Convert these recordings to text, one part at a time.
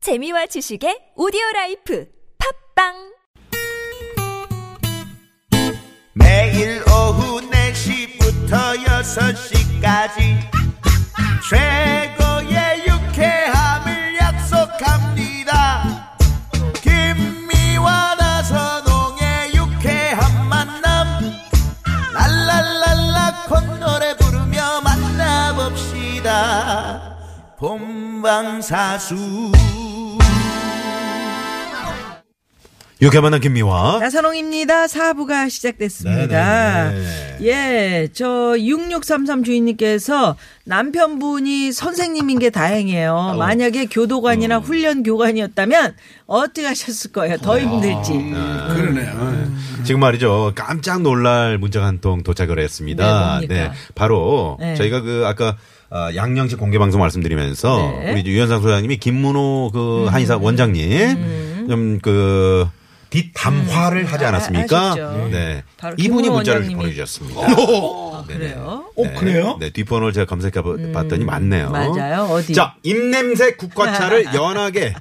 재미와 지식의 오디오 라이프 팝빵 매일 오후 4시부터 6시까지 최고의 유쾌함을 약속합니다 김미와 나선홍의 유쾌한 만남 랄랄랄라 콧노래 부르며 만나봅시다 본방사수 이렇게 만난 김미화. 나선홍입니다. 사부가 시작됐습니다. 네네네. 예, 저 6633 주인님께서 남편분이 선생님인 게 다행이에요. 아, 어. 만약에 음. 교도관이나 훈련 교관이었다면 어떻게 하셨을 거예요? 아, 더 힘들지. 네, 지금 말이죠. 깜짝 놀랄 문자가 한 통 도착을 했습니다. 네, 뭡니까? 바로 네. 저희가 그 아까 아, 양양식 공개 방송 말씀드리면서 네. 음. 우리 유현상 소장님이 김문호 그 한의사 원장님 좀 그 뒷담화를 음. 하지 않았습니까? 하셨죠. 네. 아, 바로 이분이 김문호 문자를 원장님이- 보내주셨습니다. 어? 그래요? 네. 그래요? 네, 뒷번호를 제가 검색해 보- 봤더니 맞네요. 음. 맞아요. 어디? 자, 입냄새 국화차를 연하게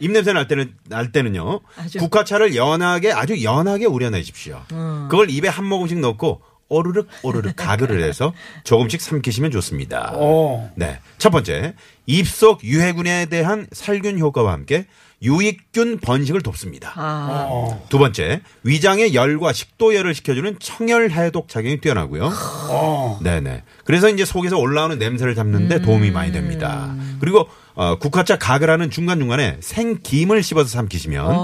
입냄새 날 때는 날 때는요. 아주- 국화차를 연하게 아주 연하게 우려내십시오. 음. 그걸 입에 한 모금씩 넣고 오르륵 오르륵 가글을 해서 조금씩 삼키시면 좋습니다. 어, 네. 첫 번째, 입속 유해균에 대한 살균 효과와 함께 유익균 번식을 돕습니다. 아, 두 번째, 위장의 열과 식도열을 시켜주는 청열 해독 작용이 뛰어나고요. 네네. 그래서 이제 속에서 올라오는 냄새를 잡는데 도움이 많이 됩니다. 음. 그리고 어, 국화차 가글 하는 중간중간에 생김을 씹어서 삼키시면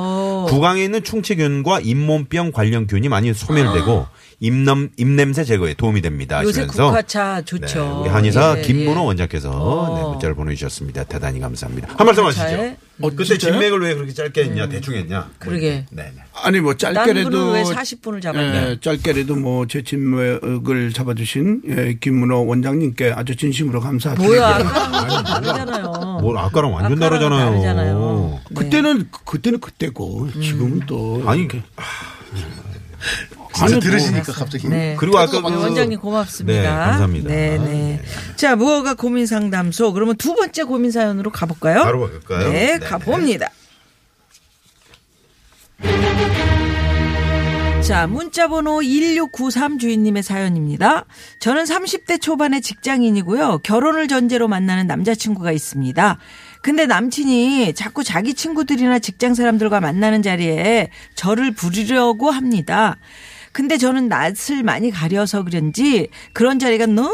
구강에 있는 충치균과 잇몸병 관련균이 많이 소멸되고 입냄, 입냄새 제거에 도움이 됩니다. 아. 요새 하시면서 국화차 네, 좋죠. 우리 한의사 예, 김문호 예. 원장께서 어. 네, 문자를 보내주셨습니다. 대단히 감사합니다. 한 말씀 하시죠. 국화차에? 어, 음. 그때 어, 진맥을 왜 그렇게 짧게 했냐, 대충 했냐. 그러게. 네, 네. 아니 뭐 딴 짧게라도 분은 왜 40분을 잡았냐. 예, 짧게라도 뭐제 침묵을 잡아주신 예, 김문호 원장님께 아주 진심으로 감사드리고요. 예. 뭐야, 아까랑 다르잖아요. 뭘 아까랑 완전 어. 아까랑은 다르잖아요. 다르잖아요. 네. 음. 그때는 그때는 그때고 지금은 또 아니 그 아니, 뭐 들으시니까 갑자기. 네. 그리고 아까 그 원장님 고맙습니다. 네, 감사합니다. 네, 네. 자, 무허가 고민 상담소. 그러면 두 번째 고민 사연으로 가볼까요? 바로 가볼까요? 네. 네, 가봅니다. 자, 문자번호 1693 주인님의 사연입니다. 저는 30대 초반의 직장인이고요. 결혼을 전제로 만나는 남자친구가 있습니다. 근데 남친이 자꾸 자기 친구들이나 직장 사람들과 만나는 자리에 저를 부리려고 합니다. 근데 저는 낯을 많이 가려서 그런지 그런 자리가 너무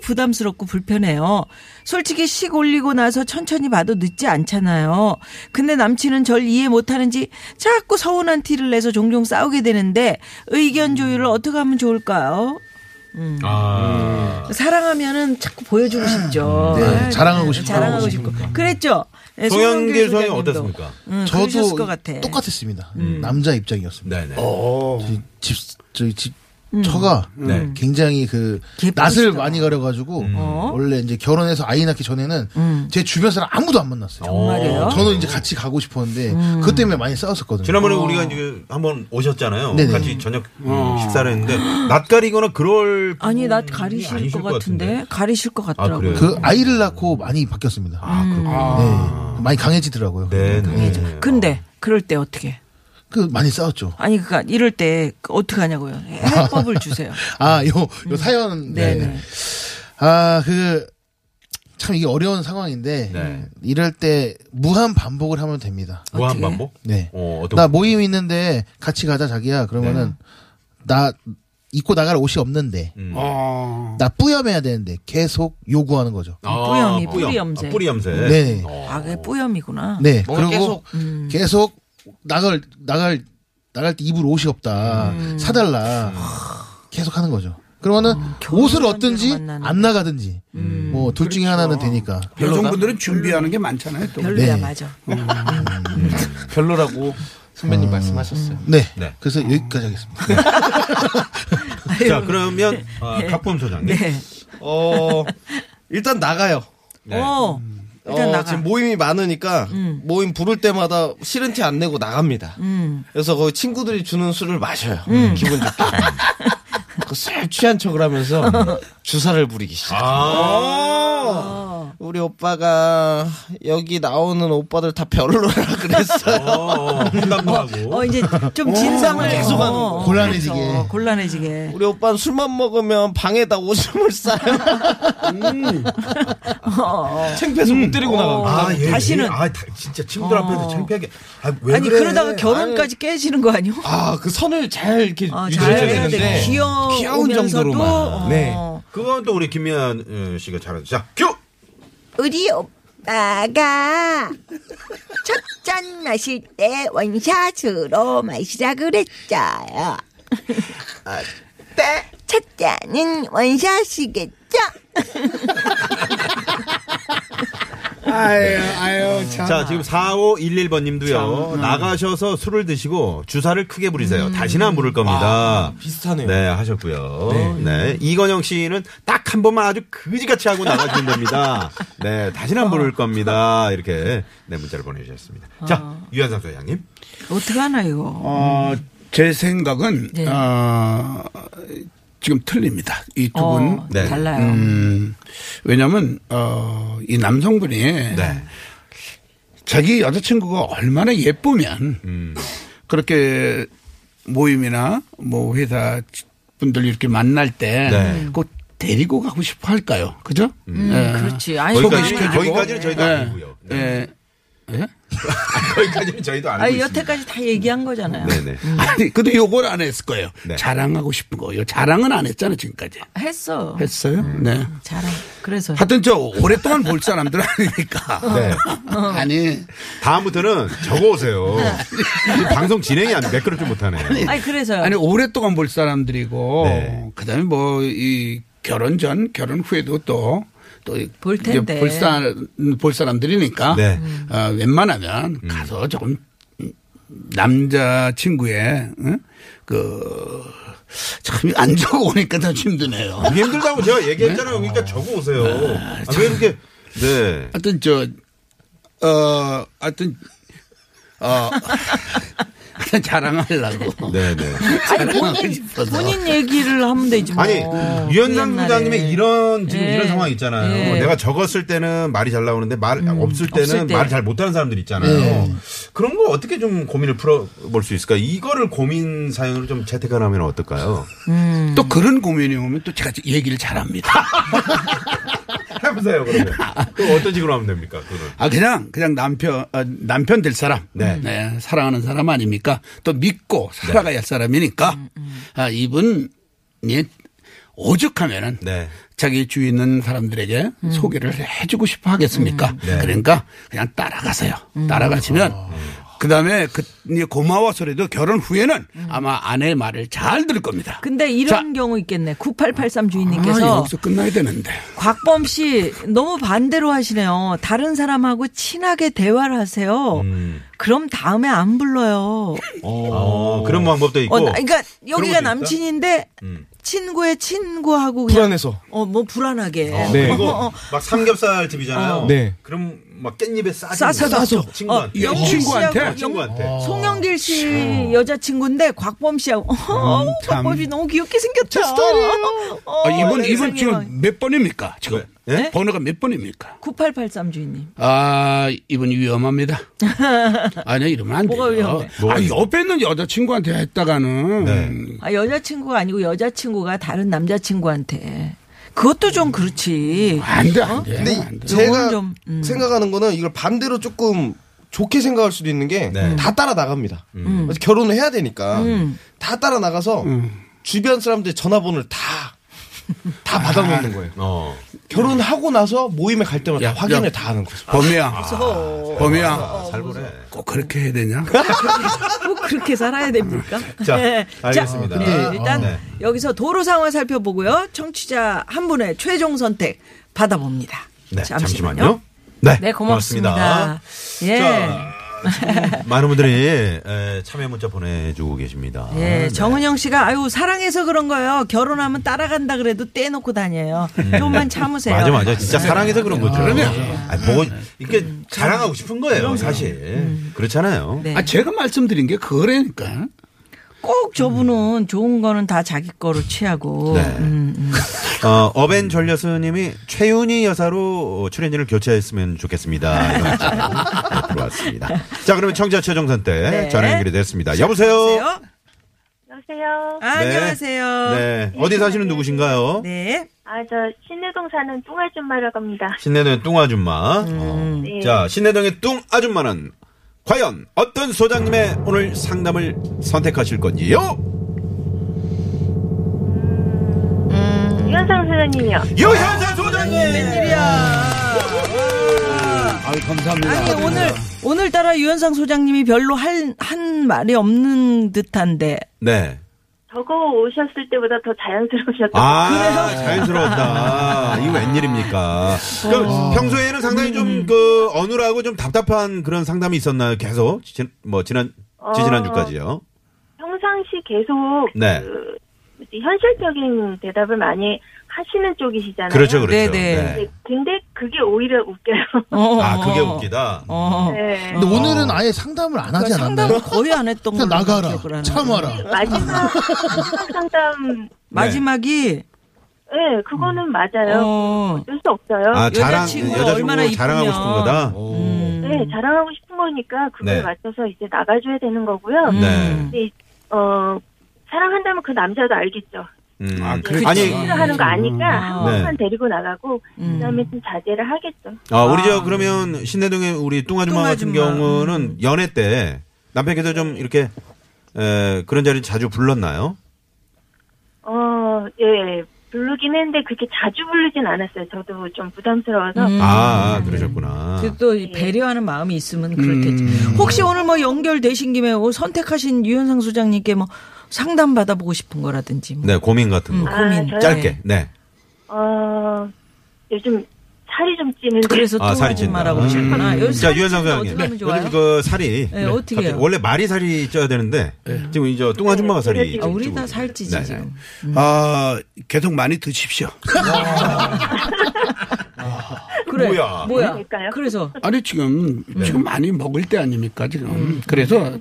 부담스럽고 불편해요. 솔직히 식 올리고 나서 천천히 봐도 늦지 않잖아요. 근데 남친은 절 이해 못하는지 자꾸 서운한 티를 내서 종종 싸우게 되는데 의견 조율을 어떻게 하면 좋을까요? 음. 아, 사랑하면은 자꾸 보여주고 싶죠. 네, 아이, 자랑하고 싶고. 자랑하고 싶고. 그랬죠. 네, 송영길 선생님 소장님도. 어땠습니까? 음, 저도 저도 것 음. 같아. 똑같았습니다. 남자 입장이었습니다. 네네. 어. 저희 집, 저희 집, 음. 처가 음. 네. 굉장히 그 예쁘시다. 어? 낯을 많이 가려가지고 원래 이제 결혼해서 아이 낳기 전에는 제 주변 사람 아무도 안 만났어요. 음. 정말이에요? 음. 저는 이제 같이 가고 싶었는데 그것 때문에 많이 싸웠었거든요. 지난번에 우리가 이제 한번 오셨잖아요. 어. 네네. 어. 같이 저녁 식사를 했는데 낯가리거나 그럴 아니, 나 분이 가리실 아니실 것 같은데. 가리실 것 같더라고요. 그래요? 그 아이를 낳고 많이 바뀌었습니다. 아, 네, 많이 강해지더라고요. 네, 네. 근데 그럴 때 어떻게? 그 많이 싸웠죠. 아니 그니까 이럴 때 어떻게 하냐고요. 예, 해법을 주세요. 아, 요, 요 사연. 네. 네. 아, 그, 참 이게 어려운 상황인데, 네. 이럴 때 무한 반복을 하면 됩니다. 뭐 무한 반복? 네. 어, 어떤 나 모임 있는데 같이 가자, 자기야. 그러면은, 네. 나, 입고 나갈 옷이 없는데, 음. 아, 나 뿌염해야 되는데, 계속 요구하는 거죠. 아, 뿌염이, 뿌염. 뿌리 염색. 아, 뿌리 염색. 네. 어. 음. 아, 그게 뿌염이구나. 네. 그리고 계속, 나갈, 나갈, 나갈 때 입을 옷이 없다. 음. 사달라. 계속 하는 거죠. 그러면은 아. 옷을 결혼 얻든지 관계로 만나는 음. 안 나가든지 뭐 둘 중에 그렇죠. 하나는 되니까 여성분들은 준비하는 게 많잖아요. 또 별로야 네. 맞아. 별로라고 선배님 말씀하셨어요. 네. 네. 그래서 여기까지 하겠습니다. 자, 그러면 아, 각범 소장님. 네. 어 일단 나가요. 네. 어 일단 어, 나가. 지금 모임이 많으니까 모임 부를 때마다 싫은 티 안 내고 나갑니다. 그래서 거기 친구들이 주는 술을 마셔요. 기분 좋게. 그술 취한 척을 하면서 주사를 부리기 시작. 아, 어. 우리 오빠가 여기 나오는 오빠들 다 별로라 그랬어요. 어, 혼담도 하고. 어 이제 좀 진상을 계속하는 어, 거. 곤란해지게. 예. 그래서 곤란해지게. 우리 오빠는 술만 먹으면 방에다 오줌을 싸요. 창피해서 음. 못 데리고 나가고. 아, 예, 어, 다시는. 어. 예. 아, 다- 진짜 친구들 앞에서 창피하게. 아, 왜 아니 그래? 그러다가 결혼까지 깨지는 거 아니요? 아, 그 선을 잘 이렇게 어, 유지해야 잘 해야 되는데. 돼. 귀여우면서도 귀여운 정도로만. 어. 네. 그건 또 우리 김미연 어, 씨가 잘하죠. 자, 큐! 우리 오빠가 첫 잔 마실 때 원샷으로 마시자 그랬어요. 어때? 첫 잔은 원샷이겠죠? 아유, 아유, 참. 자, 지금 4511번 님도요. 나가셔서 술을 드시고 주사를 크게 부리세요. 다시는 안 부를 겁니다. 아, 비슷하네요. 네, 하셨고요. 네. 이건영 씨는 딱 한 번만 아주 그지같이 하고 나가시면 됩니다. 네, 다시는 안 부를 겁니다. 이렇게 네, 문자를 보내주셨습니다. 자, 유현상 소장님. 어떻게 하나 이거? 어, 제 생각은, 네. 어, 지금 틀립니다. 이 두 어, 분. 네. 달라요. 음, 왜냐면, 어, 이 남성분이 네. 자기 여자친구가 얼마나 예쁘면 음. 그렇게 모임이나 뭐 회사 분들 이렇게 만날 때 네. 꼭 데리고 가고 싶어 할까요? 그죠? 예. 그렇지. 아니 거기까지는, 소개시켜주고. 거기까지는 음, 저희도 예. 아니고요. 네. 예. 예? 거기까지는 저희도 아니고. 아니 있습니다. 여태까지 다 얘기한 거잖아요. 네네. 아니, 근데 요걸 안 했을 거예요. 네. 자랑하고 싶은 거요. 자랑은 안 했잖아요, 지금까지. 했어. 했어요? 음. 네. 잘해. 그래서 하여튼 저 오랫동안 볼 사람들 아니니까. 네. 아니, 다음부터는 적어오세요. 지금 방송 진행이 안 매끄럽지 못하네. 아니 그래서요. 아니 오랫동안 볼 사람들이고 네. 그다음에 뭐 이 결혼 전 결혼 후에도 또 볼 또볼 텐데. 볼, 사, 볼 사람들이니까 네. 음. 어, 웬만하면 가서 조금 남자 친구의 그, 그참안 적어 오니까 더 힘드네요. 이게 힘들다고 제가 얘기했잖아요. 네? 그러니까 적어오세요. 아, 왜 이렇게. 네. 하여튼 저, 어, 하여튼, 어, 하여튼 자랑하려고. 네네. 아니 하고 본인 싶어서. 본인 얘기를 하면 되지 뭐. 아니, 유현상 옛날에. 부장님의 이런, 지금 예. 이런 상황 있잖아요. 예. 내가 적었을 때는 말이 잘 나오는데 말, 없을 때는 음, 없을 때. 네. 말을 잘 못하는 사람들 있잖아요. 그런 거 어떻게 좀 고민을 풀어볼 수 있을까? 이거를 고민 사연으로 좀 채택하면 어떨까요? 음. 또 그런 고민이 오면 또 제가 얘기를 잘합니다. 해보세요, 그러면. 또 어떤 식으로 하면 됩니까? 그걸. 아 그냥 그냥 남편 아, 남편 될 사람, 네. 사랑하는 사람 아닙니까? 또 믿고 살아가야 할 사람이니까 음, 아 이분 이 오죽하면은 네. 자기 주위 있는 사람들에게 음. 소개를 해주고 싶어 하겠습니까? 네. 그러니까 그냥 따라가세요. 음. 따라가시면 아. 그 다음에 그 이제 고마워서라도 결혼 후에는 아마 아내의 말을 잘 들을 겁니다. 음. 근데 이런 경우 있겠네. 9883 아, 주인님께서 여기서 끝나야 되는데. 곽범 씨 너무 반대로 하시네요. 다른 사람하고 친하게 대화를 하세요. 음. 그럼 다음에 안 불러요. 어, 그런 방법도 있고. 어, 나- 그러니까 것도 있다? 여기가 음. 남친인데 친구의 친구하고 그냥 불안해서. 어, 뭐 불안하게. 어, 네. 그리고 막 삼겹살 집이잖아요. 어. 네. 그럼 막 깻잎에 싸 싸서 싸서. 친구한테. 어, 영길 친구한테? 씨하고 영- 친구한테. 송영길 씨 여자친구인데 곽범 씨하고 어, 참. 곽범 씨 너무 귀엽게 생겼다. 어, 아, 이분 세상에 이분 막. 지금 몇 번입니까? 지금 네? 네? 번호가 몇 번입니까? 9883 주인님. 아, 이분 위험합니다. 아니요, 이러면 안 뭐가 돼요. 위험해? 아, 옆에 있는 여자친구한테 했다가는. 네. 아, 여자친구가 아니고 여자친구가 다른 남자친구한테. 그것도 좀 그렇지. 안 돼, 안 돼. 근데 안 돼. 제가 요건 좀, 음. 생각하는 거는 이걸 반대로 조금 좋게 생각할 수도 있는 게 다 네. 따라 나갑니다. 음. 그래서 결혼을 해야 되니까 다 따라 나가서 주변 사람들 전화번호를 다. 다 음. 받아먹는 거예요. 어. 결혼하고 나서 모임에 갈 때마다 야, 다 확인을 야. 다 하는 거죠. 범이야. 범이야. 아, 어. 살벌해. 꼭 그렇게 해야 되냐? 꼭뭐 그렇게 살아야 됩니까? 자, 네. 알겠습니다. 네, 일단 네. 여기서 도로 상황 살펴보고요. 청취자 한 분의 최종 선택 받아봅니다. 네, 잠시만요. 네, 네, 고맙습니다. 예. 자, 참 많은 분들이 에, 참여 문자 보내주고 계십니다. 네. 예, 정은영 씨가 아유 사랑해서 그런 거예요. 결혼하면 따라간다 그래도 떼놓고 다녀요. 좀만 참으세요. 맞아, 맞아. 진짜 네. 사랑해서 그런 거죠. 그러면. 아, 보고, 이게 음. 자랑하고 싶은 거예요, 사실. 그렇잖아요. 네. 아, 제가 말씀드린 게 그거라니까. 꼭 저분은 좋은 거는 다 자기 거로 취하고. 네. 음, 음. 어, 어벤 전여수님이 최윤희 여사로 출연진을 교체했으면 좋겠습니다. 이런 문자 들어왔습니다. 자, 그러면 청자 최종선 때 네. 전화 연결이 됐습니다. 여보세요? 여보세요? 여보세요. 아, 네. 안녕하세요. 네. 어디 사시는 누구신가요? 네. 아, 저 신내동 사는 뚱아줌마로 갑니다. 신내동의 뚱 아줌마. 어. 네. 자, 신내동의 뚱 아줌마는 과연 어떤 소장님의 오늘 상담을 선택하실 건지요? 유현상 소장님이요. 유현상 소장님! 아유, 감사합니다. 아니 오늘 오늘따라 유현상 소장님이 별로 할 한 말이 없는 듯한데 네. 저거 오셨을 때보다 더 자연스러우셨다. 아, 아, 자연스러웠다. 이거 웬일입니까? 그럼 평소에는 상당히 음. 좀 그 어눌하고 좀 답답한 그런 상담이 있었나요? 계속 지, 뭐 지난 지지난주까지요. 평상시 계속 네. 그 뭐지, 현실적인 대답을 많이 하시는 쪽이시잖아요. 그렇죠, 그렇죠. 네, 네. 네, 근데 그게 오히려 웃겨요. 어, 아, 그게 어, 웃기다. 어. 네. 근데 오늘은 아예 상담을 안 하지 그러니까 상담을 않았나요? 거의 안 했던 걸로 그냥 나가라. 기억을 하는데. 참아라. 마지막 마지막 상담, 마지막이 예, 그거는 맞아요. 어. 어쩔 수 없어요. 음. 아, 자랑 여자친구가 얼마나 여자친구 자랑하고 이쁘면. 싶은 거다. 음. 네, 자랑하고 싶은 거니까 그거에 네. 맞춰서 이제 나가줘야 되는 거고요. 음. 네. 근데, 어, 사랑한다면 그 남자도 알겠죠. 음. 아, 그렇죠. 아니, 네. 싫어하는 거 아니까 한 네. 번만 데리고 나가고 그다음에 좀 자제를 하겠죠. 아, 우리 저 그러면 신내동의 우리 뚱아줌마 같은 뚱아줌마. 음. 경우는 연애 때 남편께서 좀 이렇게 에, 그런 자리 자주 불렀나요? 어, 예. 부르긴 했는데 그렇게 자주 부르진 않았어요. 저도 좀 부담스러워서. 음. 아, 아, 그러셨구나. 그또이 배려하는 마음이 있으면 그렇겠지. 혹시 오늘 뭐 연결되신 김에 뭐 선택하신 유현상 소장님께 뭐 상담 받아보고 싶은 거라든지 뭐. 네, 고민 같은 거. 음, 고민. 아, 저요? 짧게. 네. 어, 요즘 살이 좀 네. 찌는데. 그래서 또 아, 살이 하지 찐다. 말라고 하셨구나. 여기 음. 자, 살이 유현상 찌면 소장님. 네. 어떻게 하면 좋아요? 요즘 그 살이 네, 어떻게 갑자기 해요? 네. 원래 말이 살이 쪄야 되는데 지금 이제 뚱아줌마가 살이 아, 좀 우리 찌고 다 있어요. 살찌지 네, 네. 지금. 아, 계속 많이 드십시오. 그래. 뭐야. 그러니까요. 그래서 아니 지금 지금 많이 먹을 때 아닙니까 지금 그래서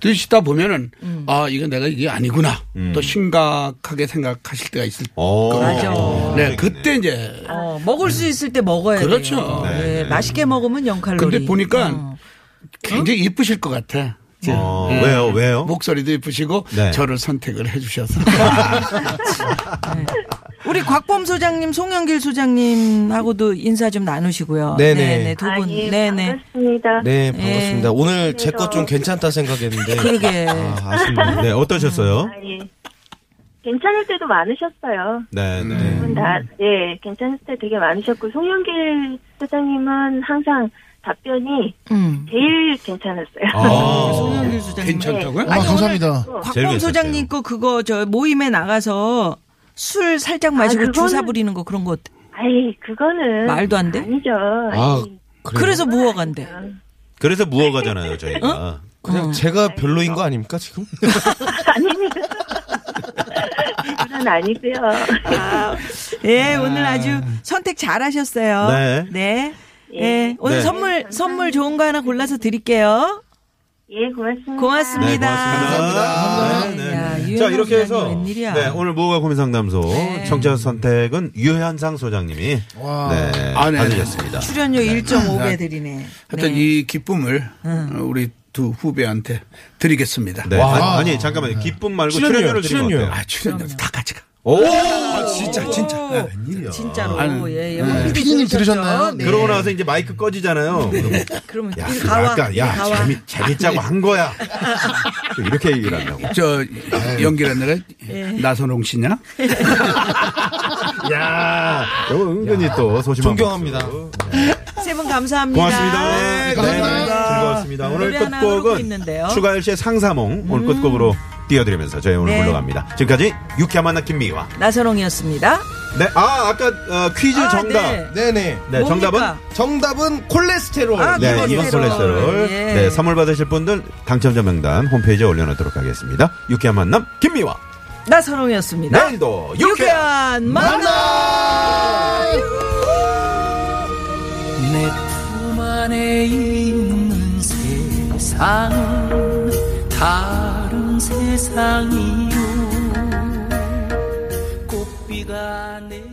드시다 보면은 아 이거 내가 이게 아니구나 또 심각하게 생각하실 때가 있을 어. 맞아. 네 그때 이제 아. 어, 먹을 수 있을 때 먹어야 그렇죠. 돼요. 네. 예, 맛있게 먹으면 0칼로리. 어. 근데 보니까 굉장히 이쁘실 것 같아 지금. 어, 네. 왜요? 왜요? 목소리도 이쁘시고 네. 저를 선택을 해주셔서 우리 곽범 소장님, 송영길 소장님하고도 인사 좀 나누시고요. 네네. 네네, 두 분. 아니, 예, 네네. 반갑습니다. 네, 반갑습니다. 예. 오늘 제 것 좀 괜찮다 생각했는데. 그러게. 아, 아쉽네요. 네, 어떠셨어요? 아, 예. 괜찮을 때도 많으셨어요. 네, 네. 두분 음. 다, 예, 괜찮을 때 되게 많으셨고, 송영길 소장님은 항상 답변이 음. 제일 괜찮았어요. 아. 송영길 소장님. 괜찮다고요? 아, 감사합니다. 제일 곽범 괜찮대요. 소장님 거 그거 저 모임에 나가서 술 아, 살짝 마시고 그거는- 주사 부리는 거 그런 거 어때? 아이, 그거는. 말도 안 돼? 아니죠. 아, 그래요? 그래서 무어간대. 그래서 무어가잖아요, 저희가. 그냥 어. 네. 제가 별로인 거 아닙니까, 지금? 아닙니다. 그건 아니고요. 예, 오늘 아주 선택 잘 하셨어요. 네. 네. 예, 오늘 네. 선물, 선물 좋은 거 하나 골라서 드릴게요. 예, 고맙습니다. 네, 고맙습니다. 고맙습니다. 네, 네, 야, 네. 유연한 자, 이렇게 소장님 해서 웬일이야. 네. 네, 오늘 무허가 고민 상담소 청자 선택은 유현상 소장님이 와. 네, 아, 네, 네. 받으셨습니다. 출연료 1.5배 드리네. 하여튼 이 기쁨을 어, 우리 두 후배한테 드리겠습니다 네. 아, 아니, 잠깐만요. 기쁨 말고 출연료, 출연료를 드리면 출연료. 어때요? 아 출연료 다 같이 가 오! 진짜 진짜 아, 네. 진짜로. 아니, 예, 예. 네. 피디님 들으셨나요? 네. 예. 그러고 나서 이제 마이크 꺼지잖아요. 그러면 그러면 야, 이리 그거 가와. 아까 야, 이리 가와. 재미, 재밌자고 한 거야. 또 이렇게 얘기를 한다고. 저 연기란 내가 나선홍 씨냐? 야, 이거 은근히 또 소심한. 존경합니다. 목소리로. 세 분 감사합니다. 고맙습니다. 네, 감사합니다. 즐거웠습니다. 오늘 노래 하나 흐르고 끝곡은 있는데요. 음. 추가열 씨의 상사몽 오늘 끝곡으로 띄워드리면서 저희 오늘 네. 물러갑니다. 지금까지 유쾌한 만남 김미와. 나선홍이었습니다. 네, 아, 아까 어, 퀴즈 아, 정답. 네. 네네. 네, 정답은 뭡니까? 정답은 콜레스테롤. 아, 네, 이번 이번 콜레스테롤. 콜레스테롤. 예. 네, 선물 받으실 분들 당첨자 명단 홈페이지에 올려놓도록 하겠습니다. 유쾌한 만남 김미화. 나선홍이었습니다. 내일도 네, 유쾌한 유쾌한 만남! 품 안에 있는 세상 다른 세상이요 꽃비가 내